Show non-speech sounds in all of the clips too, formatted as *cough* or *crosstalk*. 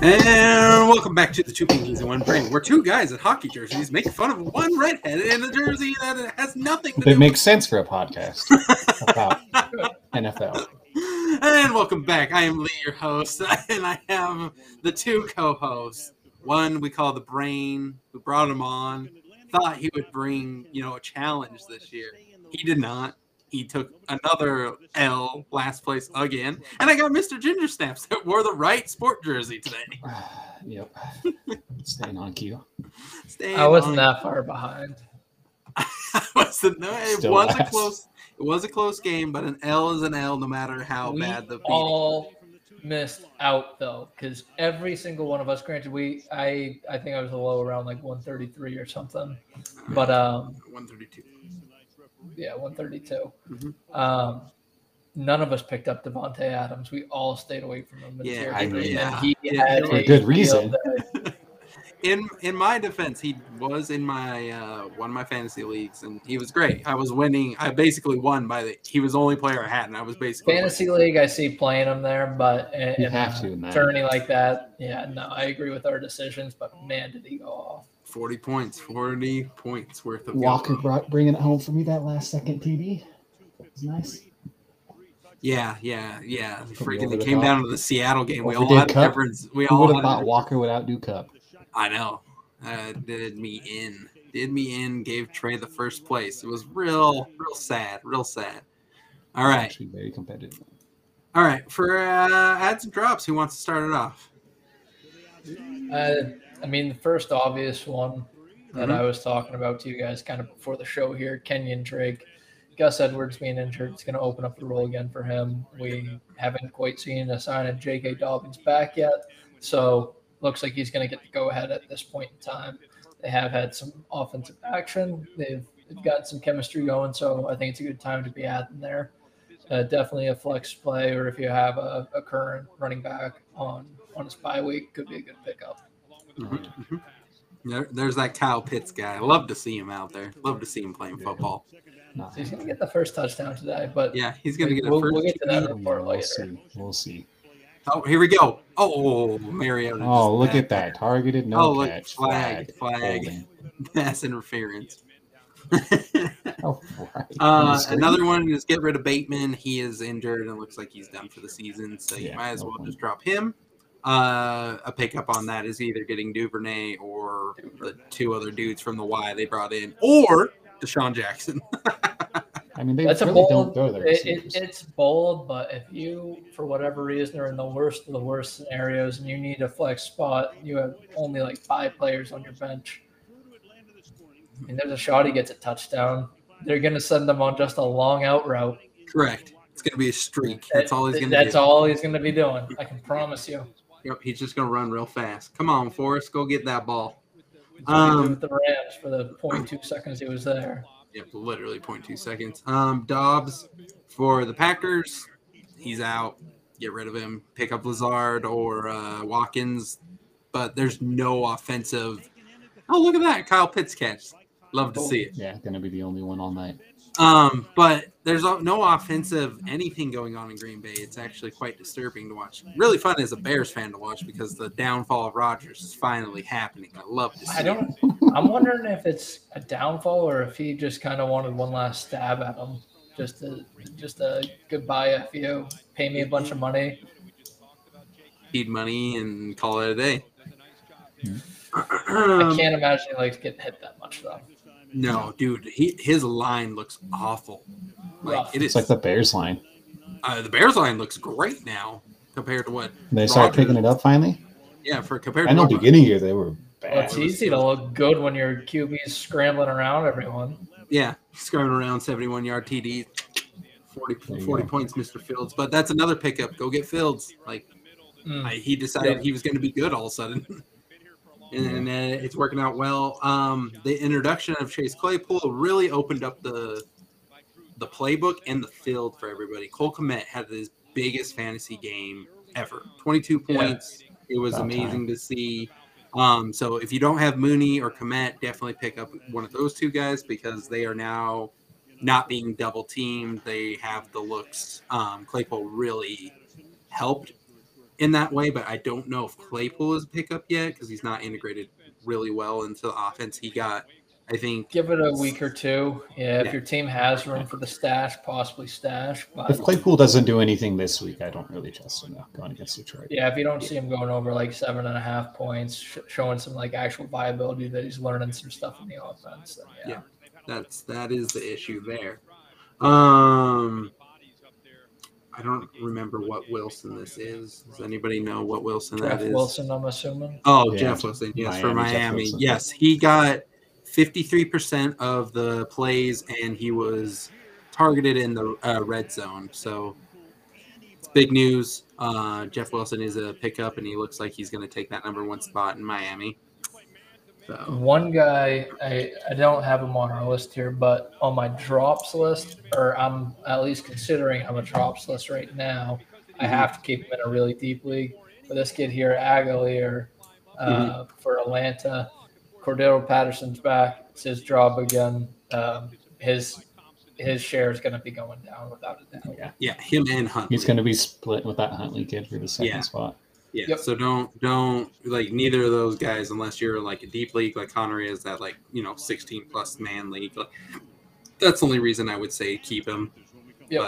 And welcome back to the Two Pinkies and One Brain, where two guys in hockey jerseys make fun of one redheaded in a jersey that has nothing to *laughs* It do. makes sense for a podcast about NFL. And welcome back. I am Lee, your host, *laughs* and I have the two co-hosts. One we call the Brain, who brought him on. Thought he would bring, you know, a challenge this year. He did not. He took another L, last place again. And I got Mr. Ginger Snaps that wore the right sport jersey today. *sighs* Yep. Staying on cue. Staying I wasn't on- that far behind. was the- no, *laughs* it Still was a last. close it was a close game, but an L is an L no matter how we bad the beat. all missed out though, because every single one of us. Granted, we I I think I was a low around like 133 or something, but um 132. yeah 132. Mhm. Um, none of us picked up Devonte Adams. We all stayed away from him. this Yeah, year. I And mean, yeah. he Yeah, had for a good field reason. day. In in my defense, he was in my uh, one of my fantasy leagues and he was great. I was winning. I basically won by the he was the only player I had and I was basically Fantasy league, I see playing him there, but and, You have to in that. Journey like that, yeah. No, I agree with our decisions, but man, did he go off. 40 points, 40 points worth of Walker Gilmore. brought bringing it home for me that last second TD. It's nice. Yeah, yeah, yeah. Freaking over it the came top. down to the Seattle game. We If we all did had Cup, difference. We Who all would had have thought Walker would outdo Cup? I know. Uh, did me in. Did me in. Gave Trey the first place. It was real, real sad. Real sad. All right. Actually, very competitive. All right. For uh, ads and drops, who wants to start it off? Uh, I mean, the first obvious one that Mhm. I was talking about to you guys kind of before the show here Kenyon Drake. Gus Edwards being injured is going to open up the role again for him. We haven't quite seen a sign of J.K. Dobbins back yet. So looks like he's going to get the go ahead at this point in time. They have had some offensive action, they've, they've got some chemistry going. So I think it's a good time to be adding there. Uh, definitely a flex play, or if you have a, a current running back on on his bye week, could be a good pickup. Oh, Mm-hmm, There, there's that Kyle Pitts guy. Love to see him out there. Love to see him playing football. Not So he's gonna get the first touchdown today, but Yeah, he's gonna get a we'll, first. we'll get to that report we'll later. see. We'll see. Oh, here we go. Oh, Mariota. just Oh, look back. at that. Targeted, Oh, no look, catch. flag, flag. *laughs* holding. pass *laughs* interference. Oh, right. On the Uh, screen. another one is get rid of Bateman. He is injured and looks like he's done for the season, so you Yeah, might as no well point. just drop him. Uh, a pickup on that is either getting Duvernay or the two other dudes from the Y they brought in, or Deshaun Jackson. *laughs* I mean, they That's a really don't bold. throw their It, it, receivers. it's bold, but if you, for whatever reason, are in the worst of the worst scenarios and you need a flex spot, you have only like five players on your bench, and there's a shot he gets a touchdown. They're gonna send them on just a long out route. Correct. It's going to be a streak. That's all he's going to do. That's all he's gonna be doing. I can promise you. Yep, he's just going to run real fast. Come on, Forrest, go get that ball. That's what he did Um, with the Rams for the 0.2 seconds he was there. Yep, literally 0.2 seconds. Um, Dobbs for the Packers, he's out. Get rid of him. Pick up Lazard or uh, Watkins, but there's no offensive. Oh, look at that, Kyle Pitts catch. Love to see it. Yeah, gonna be the only one all night. Um, but there's no- no offensive anything going on in Green Bay. It's actually quite disturbing to watch. Really fun as a Bears fan to watch because the downfall of Rodgers is finally happening. I love to see. I it. don't. I'm wondering if it's a downfall or if he just kind of wanted one last stab at him, just a just a goodbye f you, pay me a bunch of money. Feed money and call it a day. Hmm. *clears throat* Um, I can't imagine he likes getting hit that much though. No, dude, he, his line looks awful. Like Rough. it It's is. like the Bears line. uh, the Bears line looks great now compared to what. They started Rodgers- picking it up finally. Yeah, for compared. I know to what- beginning year they were Well, it's bad. easy to look good when your QB's scrambling around everyone. Yeah, scrambling around seventy-one yard TD, 40, There you 40 go. points, Mister Fields. But that's another pickup. Go get Fields. Like Mm. I, he decided Yeah. he was going to be good all of a sudden. And uh, it's working out well. Um, the introduction of Chase Claypool really opened up the the playbook and the field for everybody. Cole Komet had his biggest fantasy game ever 22 Yeah. points. It was About amazing to see. Um, so if you don't have Mooney or Komet, definitely pick up one of those two guys because they are now not being double teamed. They have the looks. Um, Claypool really helped in that way, but I don't know if Claypool is a pickup yet because he's not integrated really well into the offense. He got, I think, Give it a week or two. Yeah, Yeah. if your team has room for the stash, possibly stash. If But Claypool doesn't do anything this week, I don't really trust him now going against Detroit. yeah, if you don't see him going over like seven and a half points, sh- showing some like actual viability that he's learning some stuff in the offense, then yeah. Yeah. that's that is the issue there. Um, I don't remember what Wilson this is. Does anybody know what Wilson that Jeff is? Wilson, I'm assuming. Oh, Yeah, Jeff Wilson. Yes, for Miami, Jeff Miami. Wilson. Yes, he got 53% of the plays and he was targeted in the uh, red zone. So it's big news. Uh, Jeff Wilson is a pickup and he looks like he's going to take that number one spot in Miami. So One guy, I, I don't have him on our list here, but on my drops list, or I'm at least considering I'm a drops list right now, Mm-hmm. I have to keep him in a really deep league. But this kid here, Aguilar, uh, Mm-hmm. for Atlanta, Cordero Patterson's back. It's his job again. Um, his his share is going to be going down without a doubt. Oh, Yeah. yeah, him and Hunt. He's going to be split with that Huntley kid for the second Yeah. spot. Yeah. Yep. So don't don't like neither of those guys unless you're like a deep league like Connor is that like you know 16 plus man league. Like, that's the only reason I would say keep him. Yep.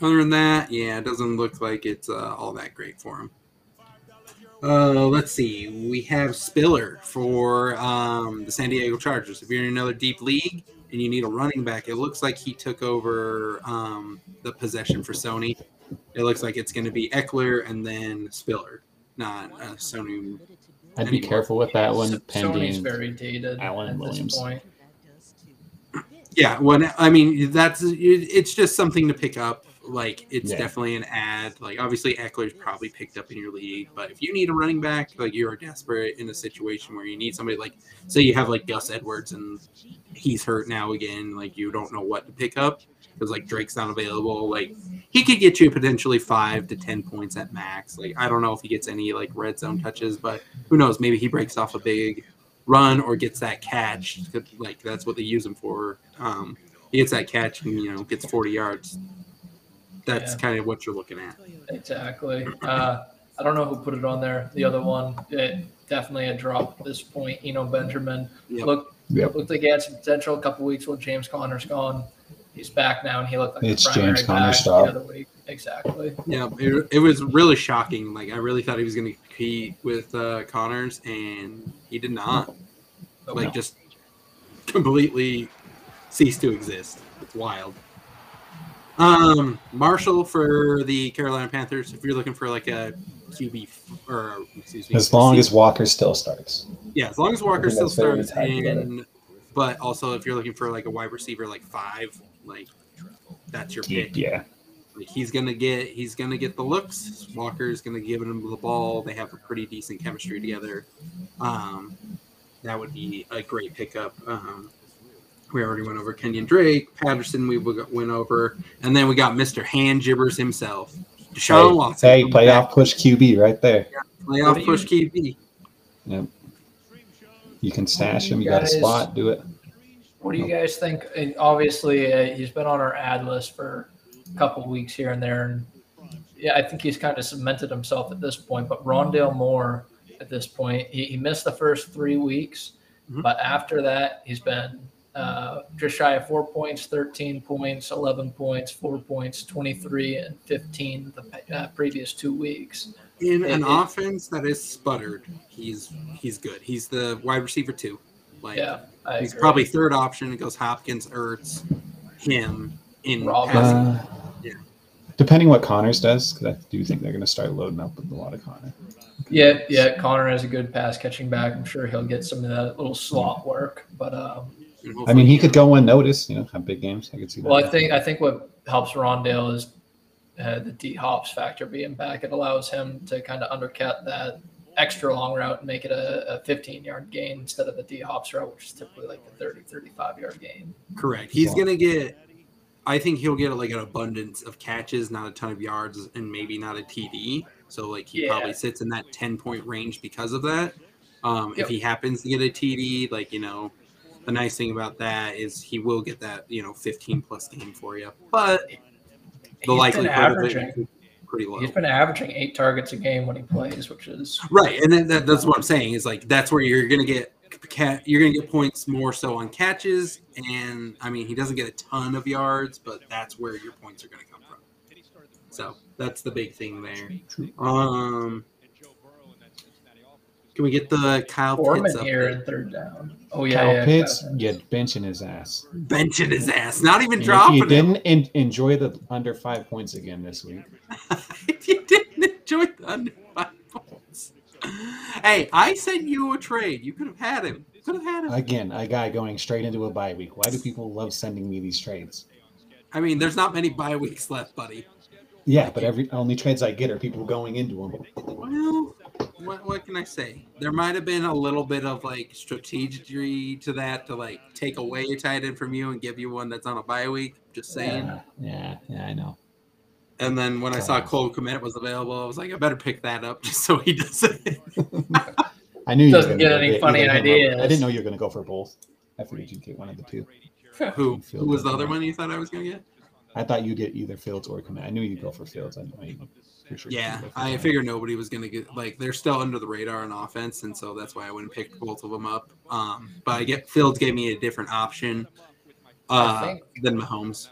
But other than that, yeah, it doesn't look like it's uh, all that great for him. Uh, let's see. We have Spiller for um, the San Diego Chargers. If you're in another deep league and you need a running back, it looks like he took over um, the possession for Sony. It looks like it's going to be Eckler and then Spiller, not uh, Sony. I'd be Anymore. careful with that So- one Sony's pending. very dated Allen at Williams. this point. Yeah, when I mean that's it's just something to pick up. Like it's Yeah. definitely an ad. Like obviously Eckler's probably picked up in your league, but if you need a running back, like you are desperate in a situation where you need somebody, like say you have like Gus Edwards and he's hurt now again, like you don't know what to pick up because like Drake's not available. Like he could get you potentially five to ten points at max. Like I don't know if he gets any like red zone touches, but who knows? Maybe he breaks off a big run or gets that catch. Like that's what they use him for. Um, he gets that catch and you know gets forty yards. That's Yeah. kind of what you're looking at. Exactly. Uh, I don't know who put it on there. The other one, it definitely a drop at this point. Eno Benjamin Yep. looked Yep. looked like he had some potential. A couple weeks with James Conner's gone, he's back now, and he looked like It's the primary James Conner's back job. the other week. Exactly. Yeah, it, it was really shocking. Like I really thought he was going to compete with uh, Connors, and he did not. Like No. just completely ceased to exist. It's wild. Um, Marshall for the Carolina Panthers. If you're looking for like a QB f- or excuse me, As long C- as Walker still starts. yeah, as long as Walker think still that's fair to starts, tag together. and but also if you're looking for like a wide receiver like five, like that's your pick. Yeah. Like he's gonna get he's gonna get the looks. Walker's gonna give him the ball. They have a pretty decent chemistry together. Um, that would be a great pickup. Um, we already went over Kenyon Drake, Patterson. We w- went over, and then we got Mister Hand Gibbers himself, Deshaun Watson. Hey, playoff push QB right there. What do playoff you- push QB. You can stash him. You got a Guys. spot. Do it. What do you guys think? And obviously, uh, he's been on our ad list for a couple weeks here and there, and yeah, I think he's kind of cemented himself at this point. But Rondale Moore, at this point, he, he missed the first three weeks, Mhm. but after that, he's been uh, just shy of four points, thirteen points, eleven points, four points, twenty-three, and fifteen the uh, previous two weeks. in an It- it- offense that is sputtered, he's he's good. He's the wide receiver too. Like Yeah, I he's agree. probably third option. It goes Hopkins, Ertz, him in Robinson. passing. Uh, Yeah. Depending what Connors does, because I do think they're going to start loading up with a lot of Connor. Yeah, yeah. Connor has a good pass catching back. I'm sure he'll get some of that little slot work. But um, And I mean, hopefully- he could go unnoticed, you know, have big games. I could see that. well, I think I think what helps Rondale is uh, the D Hops factor being back. It allows him to kind of undercut that extra long route and make it a, a 15 yard gain instead of the D Hops route, which is typically like a 30, 35 yard gain. correct. He's gonna get. I think he'll get like an abundance of catches, not a ton of yards, and maybe not a TD. So like he Yeah. probably sits in that ten point range because of that. Um, If Yep. he happens to get a TD, like you know, the nice thing about that is he will get that you know fifteen plus game for you. But He's the been likelihood of averaging. it pretty low. He's been averaging eight targets a game when he plays, which is Right, and then that, that's what I'm saying is like that's where you're gonna get cat you're gonna get points more so on catches, and I mean he doesn't get a ton of yards, but that's where your points are gonna come from. So that's the big thing there. Um, can we get the Kyle Pitts Foreman up here there? in third down. Oh yeah, Kyle yeah, Pitts, Kyle yeah, benching his ass. benching his ass, not even And if dropping you him. *laughs* didn't en- enjoy the under five points again this week, if you didn't enjoy the under five points, hey, I sent you a trade. You could have had him. Could have had him. again, a guy going straight into a bye week. Why do people love sending me these trades? I mean, there's not many bye weeks left, buddy. Yeah, but every only trades I get are people going into them. Well, what, what can I say? There might have been a little bit of like strategy to that to like take away a tight end from you and give you one that's on a bye week. Just saying. Yeah, yeah, yeah, I know. And then when I saw Cole Komet was available, I was like, I better pick that up *laughs* just so he doesn't. I knew you were Doesn't gonna get go any funny either him or- I ideas. didn't know you were going to go for both. I figured you'd get one of the two. *laughs* who, who was the other one you thought I was gonna get? I thought you'd get either Fields or Komet. I knew you'd go for Fields. I know you for sure. Yeah, I figured nobody was gonna get like they're still under the radar on offense, and so that's why I wouldn't pick both of them up. Um, but I get Fields gave me a different option uh, than Mahomes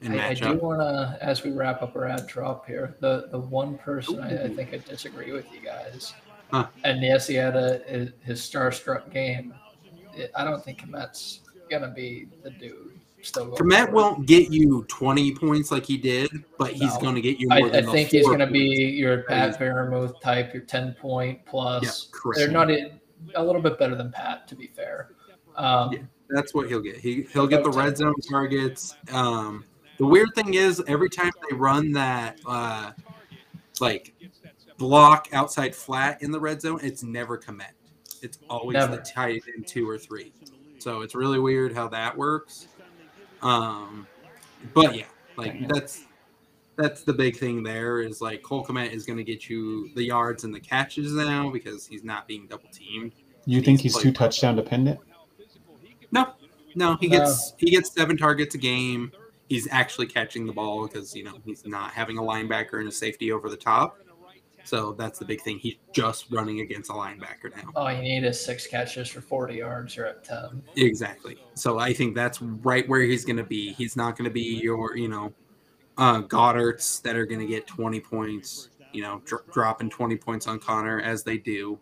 in I, I do matchup. want to, as we wrap up our ad drop here, the, the one person I, I think I disagree with you guys, Huh. and yes, he had a his, his starstruck game. It, I don't think Komet's gonna be the dude. Still, going Komet forward. won't get you 20 points like he did, but he's No. going to get you I, more I than the think he's four going to be points. your Pat He's- Fairmouth type, your ten point plus. Yeah, correct. They're not in, a little bit better than Pat, to be fair. Um, Yeah. That's what he'll get. He he'll get the red zone targets. Um, the weird thing is, every time they run that uh, like block outside flat in the red zone, it's never Komet. It's always Never. the tight end two or three. So it's really weird how that works. Um, but yeah, like that's that's the big thing there is like Cole Komet is going to get you the yards and the catches now because he's not being double teamed. You think he's too touchdown dependent? No, no, he No. gets he gets seven targets a game. He's actually catching the ball because you know he's not having a linebacker and a safety over the top. So that's the big thing. He's just running against a linebacker now. all oh, you need is six catches for forty yards. You're at ten. Exactly. So I think that's right where he's going to be. He's not going to be your, you know, uh, Goddard's that are going to get 20 points, you know, dr- dropping 20 points on Connor as they do.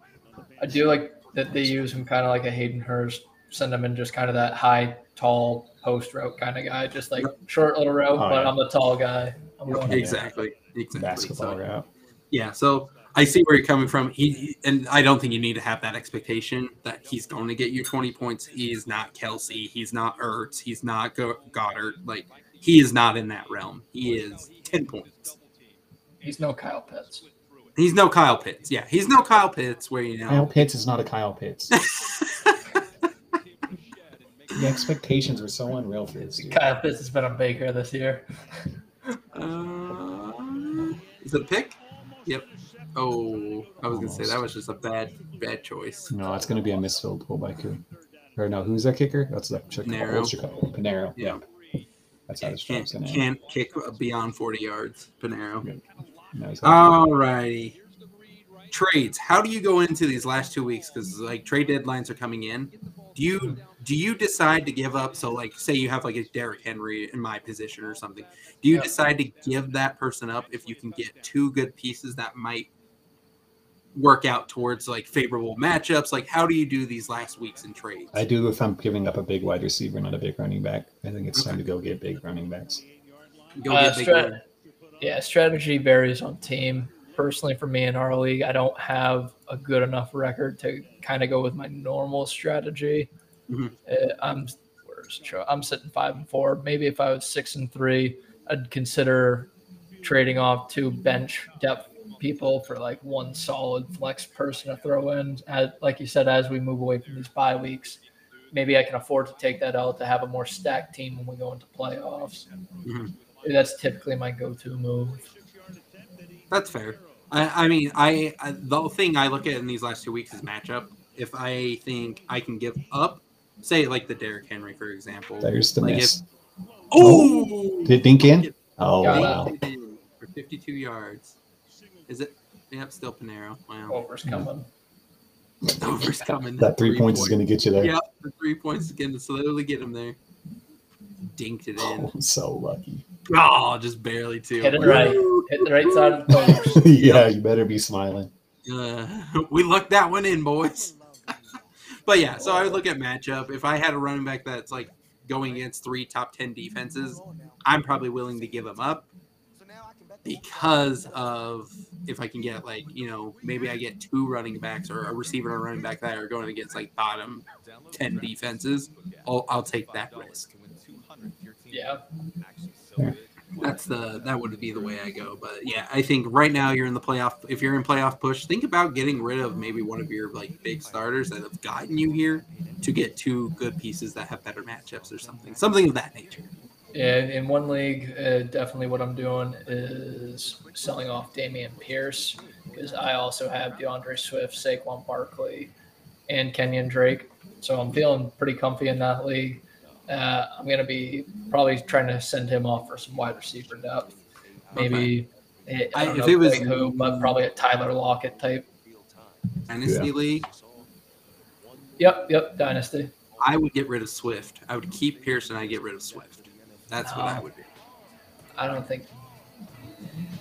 I do like that they use him kind of like a Hayden Hurst, send him in just kind of that high, tall post route kind of guy, just like short little route, Oh, but yeah. I'm the tall guy. I'm going Exactly. Exactly. Basketball So, route. yeah. So I see where you're coming from. He, he- and I don't think you need to have that expectation that he's going to get you 20 points. He's not Kelsey. He's not Ertz. He's not Go- Goddard. Like, he is not in that realm. He is 10 points. He's no Kyle Pitts. He's no Kyle Pitts. Yeah, he's no Kyle Pitts. Where you know, Kyle Pitts is not a *laughs* Kyle Pitts. the expectations were so unreal for this dude. Kyle Pitts has been a baker this year. Uh, is it a pick? Yep. Oh, I was gonna say that was just a bad, bad choice. No, it's going to be a missed field goal by Coon. Or no, who's that kicker? That's the Chicago. Panero. Old Chicago. Panero. Yeah. That's how this Can't, job's going to end. can't kick beyond 40 yards, Panero. No, he's not. Um, Alrighty. Trades. How do you go into these last two weeks? Because like trade deadlines are coming in. Do you do you decide to give up? So like, say you have like a Derrick Henry in my position or something. Do you Yeah. decide to give that person up if you can get two good pieces that might work out towards like favorable matchups? Like, how do you do these last weeks in trades? I do if I'm giving up a big wide receiver, not a big running back. I think it's time to go get big running backs. Go Uh, get big strat- one. yeah, strategy varies on team. Personally, for me in our league, I don't have a good enough record to kind of go with my normal strategy. Mhm. Uh, I'm where's the show? I'm sitting five and four. Maybe if I was six and three, I'd consider trading off two bench depth people for like one solid flex person to throw in. As, like you said, as we move away from these bye weeks, maybe I can afford to take that out to have a more stacked team when we go into playoffs. Mhm. That's typically my go-to move. That's fair. I, I mean, I, I the thing I look at in these last two weeks is matchup. If I think I can give up, say like the Derrick Henry for example. There's the Like miss. Oh, Did Dink in? Oh, Yeah. wow. 52 yards. Is it? Yep, still Panero. Wow. Over's coming. *laughs* Over's coming. That three, points is going to get you there. Yeah, the three points again to slowly get him there. Dinked it in. *laughs* Oh, I'm so lucky. Oh, just barely too. Hit it right. Hit the right side of the post. yeah, you better be smiling. Uh, we lucked that one in, boys. *laughs* but yeah, so I would look at matchup. If I had a running back that's like going against three top 10 defenses, I'm probably willing to give him up because of if I can get like, you know, maybe I get two running backs or a receiver and a running back that are going against like bottom 10 defenses. I'll, I'll take that risk. *laughs* Yeah. That's the that would be the way I go. But yeah, I think right now you're in the playoff. If you're in playoff push, think about getting rid of maybe one of your like big starters that have gotten you here to get two good pieces that have better matchups or something, something of that nature. Yeah, in one league, uh, definitely what I'm doing is selling off Damian Pierce because I also have DeAndre Swift, Saquon Barkley, and Kenyon Drake. So I'm feeling pretty comfy in that league. Uh, I'm going to be probably trying to send him off for some wide receiver depth. Maybe eh, I I- don't if know it was- quite who, but probably a Tyler Lockett type. Dynasty league, Yep, yep, dynasty. I would get rid of Swift. I would keep Pearson. I get rid of Swift. That's what I would do. I don't think.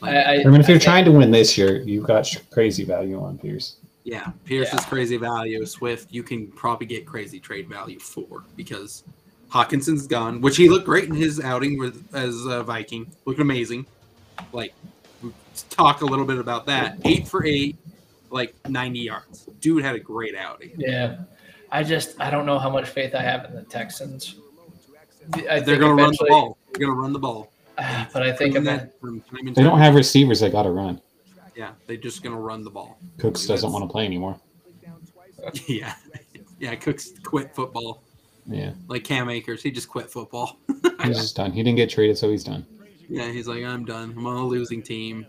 Like, I, I, I mean, if you're I think- trying to win this year, you've got sh- crazy value on Pierce. Yeah, Pierce is Yeah. crazy value. Swift, you can probably get crazy trade value for because Hawkinson's gone, which he looked great in his outing with as a Viking, looked amazing. Like, talk a little bit about that. Eight for eight, like ninety yards. Dude had a great outing. Yeah, I just I don't know how much faith I have in the Texans. *sighs* I They're gonna think run the eventually- ball. They're gonna run the ball. but I think Proven event- that from time and They don't time. have receivers they got to run. Yeah, they're just gonna run the ball. Cooks doesn't Yes. want to play anymore. *laughs* yeah, yeah. Cooks quit football. Yeah, Like Cam Akers, he just quit football. *laughs* he's just done. He didn't get traded, so he's done. Yeah, he's like, I'm done. I'm on a losing team.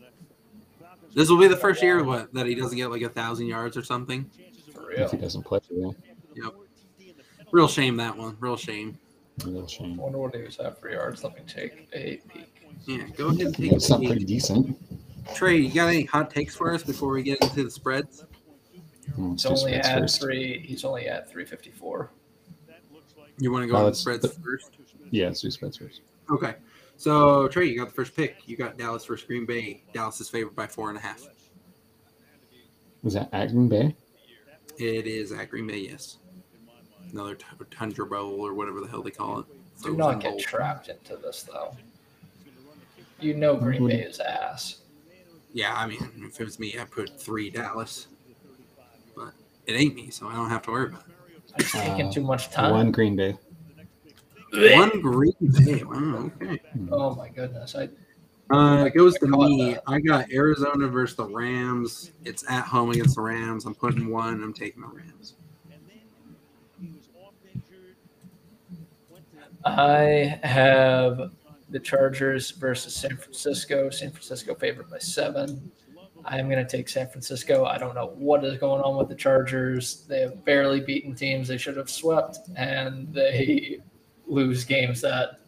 This will be the first year what that he doesn't get like a thousand yards or something. for If he real. doesn't play, yeah, Yep. Real shame that one. Real shame. a real shame. I wonder what he was at for yards. Let me take a peek. Yeah, go ahead and take Yeah, a it's not peek. pretty decent. Trey, you got any hot takes for us before we get into the spreads? Hmm, let's He's do only spreads at first. three. He's only at three fifty four. You want to go Uh, on the let's- spreads first? Yeah, let's do spreads first. Okay. So Trey, you got the first pick. You got Dallas versus Green Bay. Dallas is favored by four and a half. Is that Acton Bay? It is at Green Bay, yes. Another t- Tundra Bowl or whatever the hell they call it. Do not Frozen get Bowl. trapped into this though. You know Green Bay is ass. Yeah, I mean, if it was me, I put three Dallas, but it ain't me, so I don't have to worry about I'm just taking Uh, too much time. One Green Bay. it. One Green Bay. Wow. Okay. Oh my goodness! I Uh, it goes to I caught me. that. I got Arizona versus the Rams. It's at home against the Rams. I'm putting one. I'm taking the Rams. I have the Chargers versus San Francisco. San Francisco favored by seven. I'm going to take San Francisco. I don't know what is going on with the Chargers. They have barely beaten teams they should have swept, and they lose games that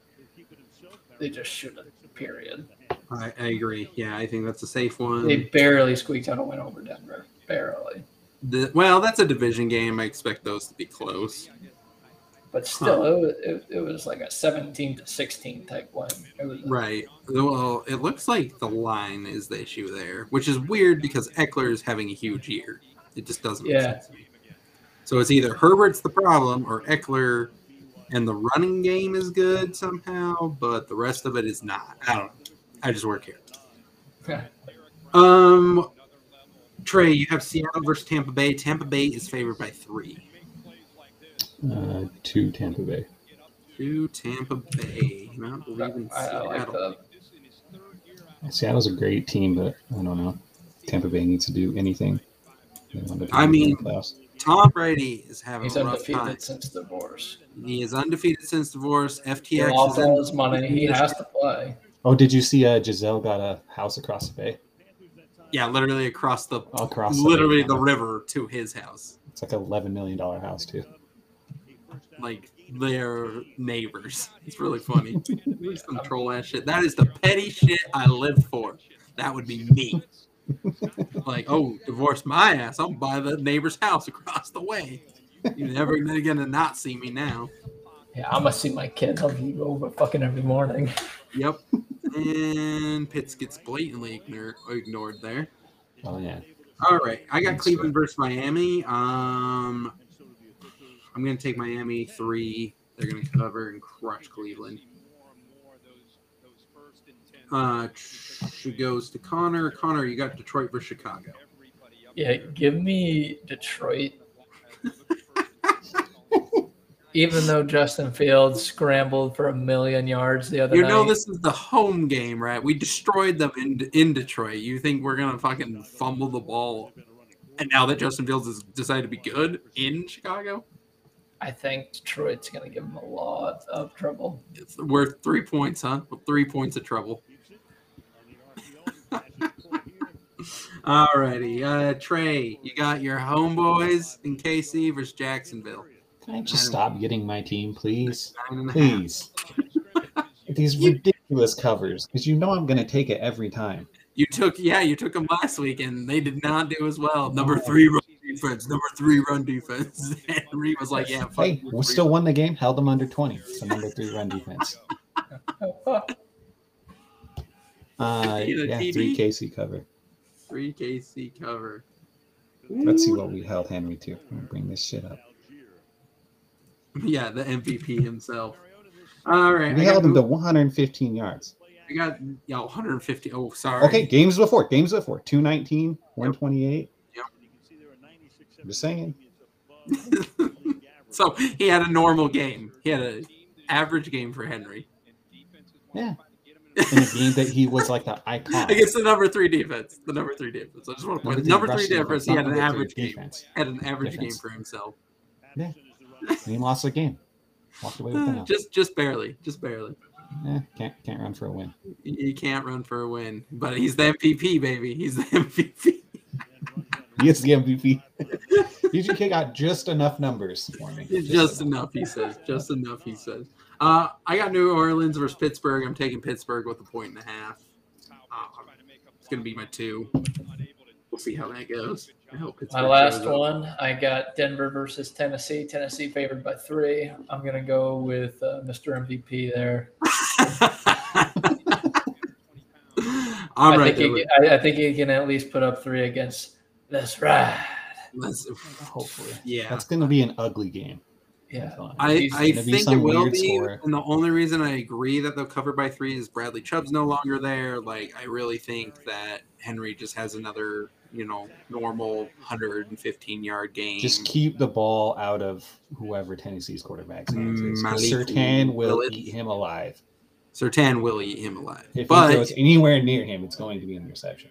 they just shouldn't. Period. I, I agree. Yeah, I think that's a safe one. They barely squeaked out a win over Denver. Barely, The- well, that's a division game. I expect those to be close. but still, it, was, it, it was like a 17 to 16 type win. It was Right. Well, it looks like the line is the issue there, which is weird because Eckler is having a huge year. It just doesn't make Yeah. sense to me. So it's either Herbert's the problem or Eckler and the running game is good somehow, but the rest of it is not. I don't know. I just work here. Um Trey, you have Seattle versus Tampa Bay. Tampa Bay is favored by three. Uh, two Tampa Bay. Two Tampa Bay. Not *laughs* I, believing I like Seattle. the Seattle's a great team, but I don't know. Tampa Bay needs to do anything. They want to do I mean- in the playoffs. Tom Brady is having He's a rough time. undefeated since divorce. He is undefeated since divorce. He FTX lost is in- all his money. He has to play. Oh, did you see? Uh, Giselle got a house across the bay. yeah, literally across the Across literally the, bay. the river to his house. It's like eleven million dollar house too. Like their neighbors. It's really funny. There's some troll ass shit. That is the petty shit I live for. That would be me. like, oh, divorce my ass. I'll buy the neighbor's house across the way. You're never gonna not see me now. Yeah, I'm gonna see my kids. I'll be over fucking every morning. Yep. And Pitts gets blatantly ignored, ignored there. Oh yeah. All right, I got Cleveland versus Miami. Um, I'm gonna take Miami three. They're gonna cover and crush Cleveland. Uh, she goes to Connor. Connor, you got Detroit versus Chicago. Yeah, give me Detroit. *laughs* Even though Justin Fields scrambled for a million yards the other You night, know this is the home game, right? We destroyed them in in Detroit. You think we're gonna fucking fumble the ball? And now that Justin Fields has decided to be good in Chicago, I think Detroit's gonna give him a lot *laughs* of trouble. it's worth three points, huh? Three points of trouble. Alrighty, uh, Trey, you got your homeboys in KC versus Jacksonville. Can I just stop getting my team, please? Nine and a half. Please. These ridiculous covers, because you know I'm going to take it every time. You took, yeah, you took them last week, and they did not do as well. Oh, Number three run defense, number three run defense. *laughs* And Reed was like, "Yeah, fuck." Hey, you, we three still won the game. Held them under 20. It's a number three *laughs* run defense. Uh, You know, yeah, TD? three KC cover. three KC cover." *laughs* Let's see what we held Henry to. I'm gonna bring this shit up. Yeah, the MVP himself. All right, We I got, held him to 115 yards. I got yeah, 150. Oh, sorry. *laughs* Okay, games before, games before, 219, 128. I'm just saying. *laughs* So he had a normal game. He had an average game for Henry *laughs* Yeah. In a game that he was like the icon. against the number three defense. The number three defense. I just want to point out, number three rushing defense. defense, He not had an number three average game. defense. Had an average game Defense. for himself. Yeah. And he lost the game. Walked *laughs* away with an L. Just, just barely. Just barely. Yeah, Eh, can't can't run for a win. He can't run for a win, but he's the MVP, baby. He's the *laughs* MVP. He is *laughs* the MVP. UGK got just enough numbers for me. It's Just just enough, he says. Just enough, he says. Uh, I got New Orleans versus Pittsburgh. I'm taking Pittsburgh with a point and a half. Uh, it's gonna be my two. We'll see how that goes. I hope My Pittsburgh last shows up. one, I got Denver versus Tennessee. Tennessee favored by three. I'm gonna go with uh, Mr. MVP there. *laughs* I'm I right think there. he, With, can- I, I think he can at least put up three against. That's right. let's, hopefully. yeah, That's gonna be an ugly game. Yeah. I, He's I gonna be think it some will weird be, scorer. and the only reason I agree that they'll cover by three is Bradley Chubb's no longer there. Like I really think that Henry just has another, you know, normal 115 yard game. Just keep the ball out of whoever Tennessee's quarterback's hands is. 'cause Mm, Malik Sertan will Willis. eat him alive. Sertan will eat him alive, If he but goes anywhere near him, it's going to be an interception.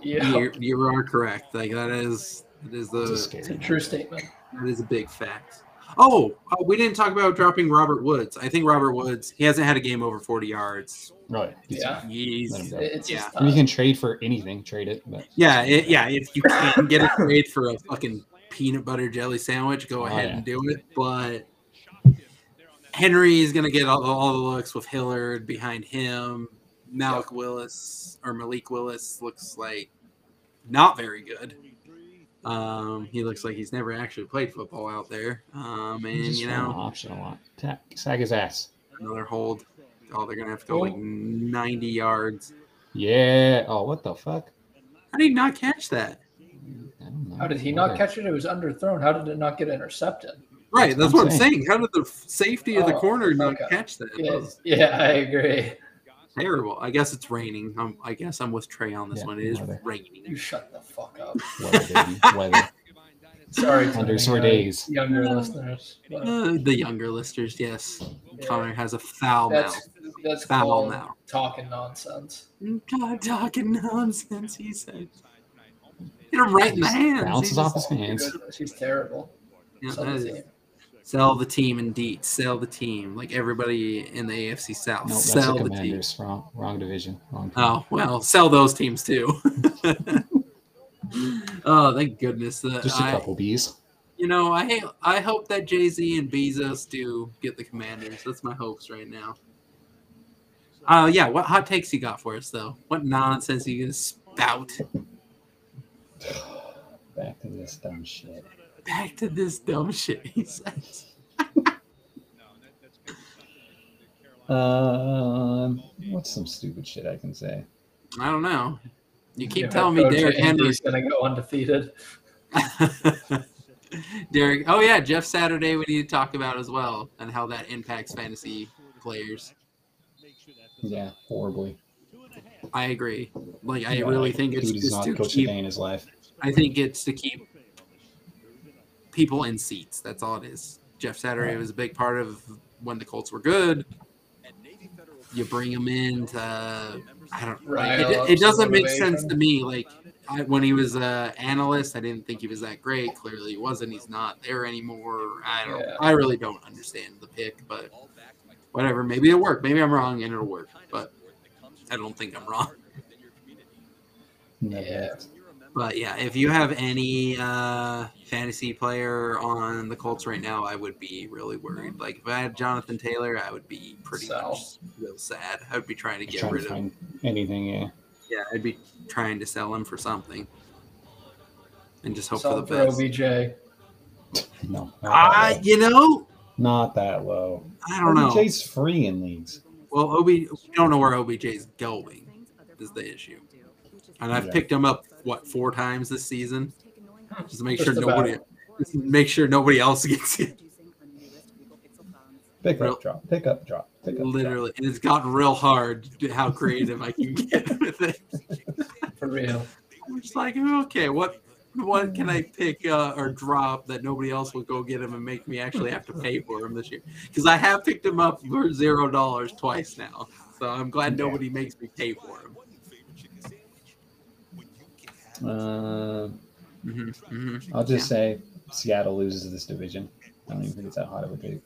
Yeah. you you are correct. Like that is that is It's a the scary It's a number. true statement. That is a big fact. Oh, uh, we didn't talk about dropping Robert Woods. I think Robert Woods, he hasn't had a game over 40 yards. Right. Yeah. Let him He's, go. It's just uh, I mean, you can time. trade for anything, trade it, but yeah, it, yeah. If you can get a trade for a fucking peanut butter jelly sandwich, go Oh, ahead yeah. and do it. But Henry is going to get all, all the looks with Hillard behind him. Malik Willis or Malik Willis looks like not very good. Um, he looks like he's never actually played football out there. Um, and just you run know, the option a lot. Tap, sag his ass. another hold. Oh, they're gonna have to go like 90 yards. Yeah. Oh, what the fuck? How did he not catch that? I don't know. How did he not Whatever. catch it? It was underthrown. How did it not get intercepted? Right, that's That's what I'm what I'm saying. How did the safety of the Oh, corner not okay. catch that? That Yeah, was *laughs* yeah, I agree. terrible. I guess it's raining. I'm, I guess I'm with Trey on this Yeah, one. It is weather. You raining. shut the fuck up. Weather, baby. *laughs* Weather. Sorry, to *laughs* Under the sore days. younger listeners. but Uh, the younger listeners, yes. Connor has a foul that's that's Foul called mouth. talking nonsense. mouth. God, talking nonsense, he said. Hit him right in the hands. Bounces He off just- his hands. She's terrible. Yeah, Some that of is- the team. Sell the team, indeed. Sell the team, like everybody in the AFC South. Nope, that's sell the the team. commanders. Wrong, wrong division. Wrong team. Oh well, sell those teams *laughs* too. *laughs* oh, thank goodness that Just a I, couple B's. you know, I hate- I hope that Jay Z and Bezos do get the Commanders. That's my hopes right now. Uh, yeah. What hot takes you got for us though? What nonsense are you gonna spout? Back to this dumb shit. Back to this dumb shit. He says. Uh, Um, what's some stupid shit I can say? I don't know. You keep Yeah, telling me Coach Derrick Henry's Henry's going to go undefeated. *laughs* Derek. Oh yeah, Jeff Saturday. We need to talk about as well, and how that impacts fantasy players. Yeah, horribly. I agree. Like I Yeah, really like, think it's Dude is just not to coached a keep. day in his life. I think it's to keep people in seats. That's all it is. Jeff Saturday was a big part of when the Colts were good. You bring him in to, I don't Right, like, ups it, it and doesn't make motivation. sense to me. Like I, when he was a analyst, I didn't think he was that great. Clearly, he wasn't. He's not there anymore. I don't. Yeah. I really don't understand the pick, but whatever. Maybe it'll work. Maybe I'm wrong, and it'll work. But I don't think I'm wrong. Never Yeah. left. But yeah, if you have any uh, fantasy player on the Colts right now, I would be really worried. Like if I had Jonathan Taylor, I would be pretty Sell. much real sad. I would be trying to Just get trying rid to of. find anything. Yeah, Yeah, I'd be trying to sell him for something, and just hope Sell for for the best. OBJ. no, not, Ah, that low. you know, Not that low. I don't know. OBJ's free in leagues. Well, OB, we don't know where OBJ's going. is the issue. And I've Yeah. picked him up what four times this season, just to make Just sure about. *laughs* nobody, just to make sure nobody else *laughs* gets it. Pick Real- up, drop. Pick up, drop. Pick up. drop. Literally, and it's gotten real hard to how creative I can get *laughs* with it. For real. I'm just like, okay, what what can I pick uh, or drop that nobody else will go get him and make me actually have to pay for him this year? Because I have picked him up for zero dollars twice now, so I'm glad Yeah. nobody makes me pay for him. Uh, Mhm, mhm. I'll just say Seattle loses this division. I don't even think it's that hot of a take.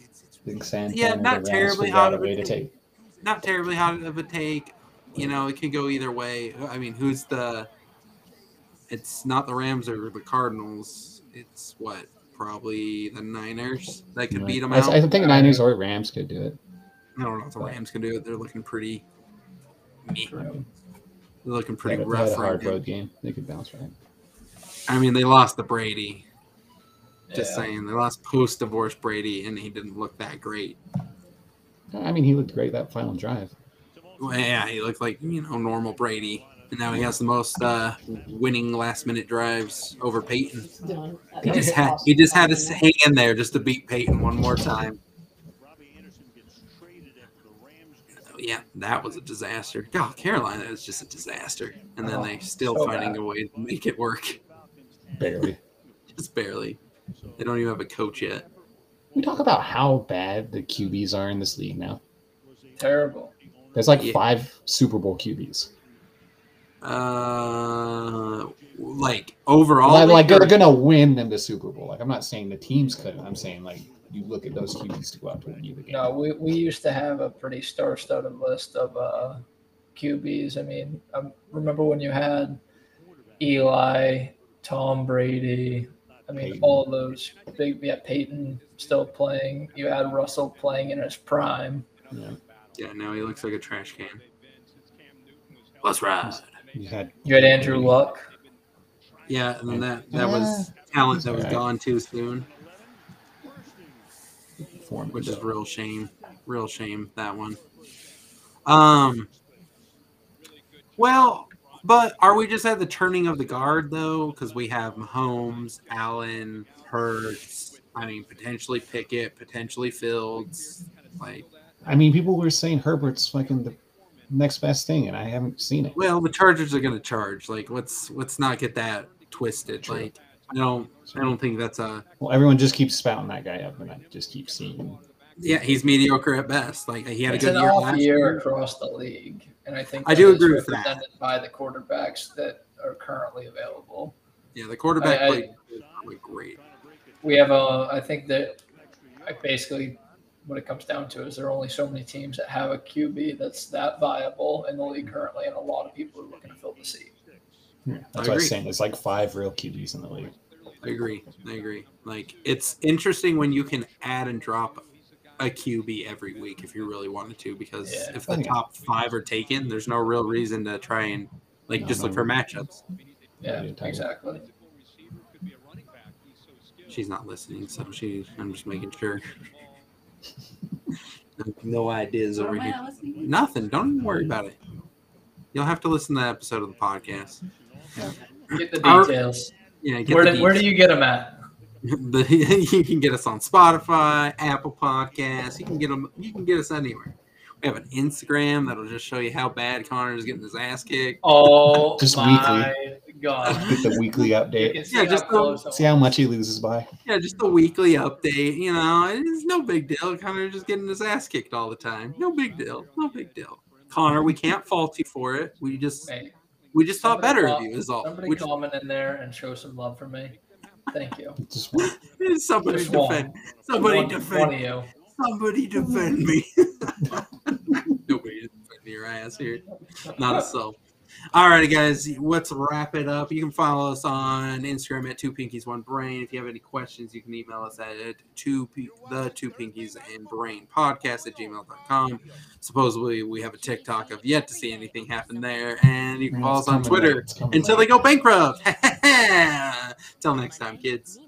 I think San Yeah, Fran or not the Rams terribly figure hot out a of a way to take. take. Not terribly hot of a take, you know. It can go either way. I mean, who's the? It's not the Rams or the Cardinals. It's what probably the Niners that could beat them I, out. I think Niners or Rams could do it. I don't know if the Rams can do it. They're looking pretty. meh. They're looking They pretty had a- they had rough a right hard now. road game. They could bounce right. I mean, they lost the Brady. Just Yeah. saying, they lost post-divorce Brady, and he didn't look that great. I mean, he looked great that final drive. Well, yeah, he looked like you know normal Brady, and now he has the most uh, winning last-minute drives over Peyton. He just had he just had his hand there just to beat Peyton one more time. Yeah, that was a disaster. God, Carolina is just a disaster, and then they still Oh, so finding bad. a way to make it work. *laughs* Barely. Just barely. They don't even have a coach yet. We talk about how bad the QBs are in this league now. Terrible. There's like Yeah. five Super Bowl QBs. Uh, like overall, like, like, league they're or- gonna win them the Super Bowl. Like I'm not saying the teams couldn't. I'm saying like you look at those QBs to go out to win you the game. No, we, we used to have a pretty star-studded list of uh, QBs. I mean, I remember when you had Eli, Tom Brady. I mean, Peyton. all those big. Yeah, Peyton still playing. You had Russell playing in his prime. Yeah. yeah, now he looks like a trash can. Let's ride. You had You had Andrew Luck. Yeah, and then that that was talent that was gone too soon, Foreman. which is real shame. Real shame that one. Um. Well, but are we just at the turning of the guard though? Because we have Mahomes, Allen, Hurts. I mean, potentially Pickett, potentially Fields. Like, I mean, people were saying Herbert's fucking the next best thing, and I haven't seen it. Well, the Chargers are going to charge. Like, let's let's not get that twisted. True. Like, I don't I don't think that's a Well, everyone just keeps spouting that guy up, and I just keep seeing him. yeah. He's mediocre at best. Like he had It's a good an year off last year, year. across the league, and I think I that do is agree with that. represented by the quarterbacks that are currently available. Yeah, the quarterback I- I- played really great. We have a. I think that I basically what it comes down to is there are only so many teams that have a QB that's that viable in the league currently, and a lot of people are looking to fill the seat. Yeah, I that's what I agree. was saying. There's like five real QBs in the league. I agree. I agree. Like it's interesting when you can add and drop a QB every week if you really wanted to, because Yeah. if the Okay. top five are taken, there's no real reason to try and like No, just no. look for matchups. Yeah, Yeah, tight. exactly. She's not listening, so she. I'm just making sure. no ideas What over am I here. not listening to? Nothing. Don't even worry about it. You'll have to listen to that episode of the podcast. Get the Our- details. Yeah. Where, do, where do you get them at? *laughs* the, you can get us on Spotify, Apple Podcasts. You can get 'em- You can get us anywhere. We have an Instagram that'll just show you how bad Connor is getting his ass kicked. Oh Just my god! *laughs* Get the weekly You can update. see Yeah, how just, um, close I See how much he loses by. Yeah, just a weekly update. You know, it's no big deal. Connor just getting his ass kicked all the time. No big deal. No big deal. Connor, we can't fault you for it. We was. just Hey, we just thought somebody better call- of you is all. Somebody We just, comment in there and show some love for me. Thank you. Just one. somebody Just one. defend. Somebody One- one of defend. you. Somebody defend me. *laughs* Nobody defend your ass here. Not a soul. All right, guys, let's wrap it up. You can follow us on Instagram at Two Pinkies One Brain. If you have any questions, you can email us at two P- the Two Pinkies and Brain Podcast at gmail.com. Supposedly, we have a TikTok. I've yet to see anything happen there. And you can follow us on Twitter until they go bankrupt. *laughs* Till next time, kids.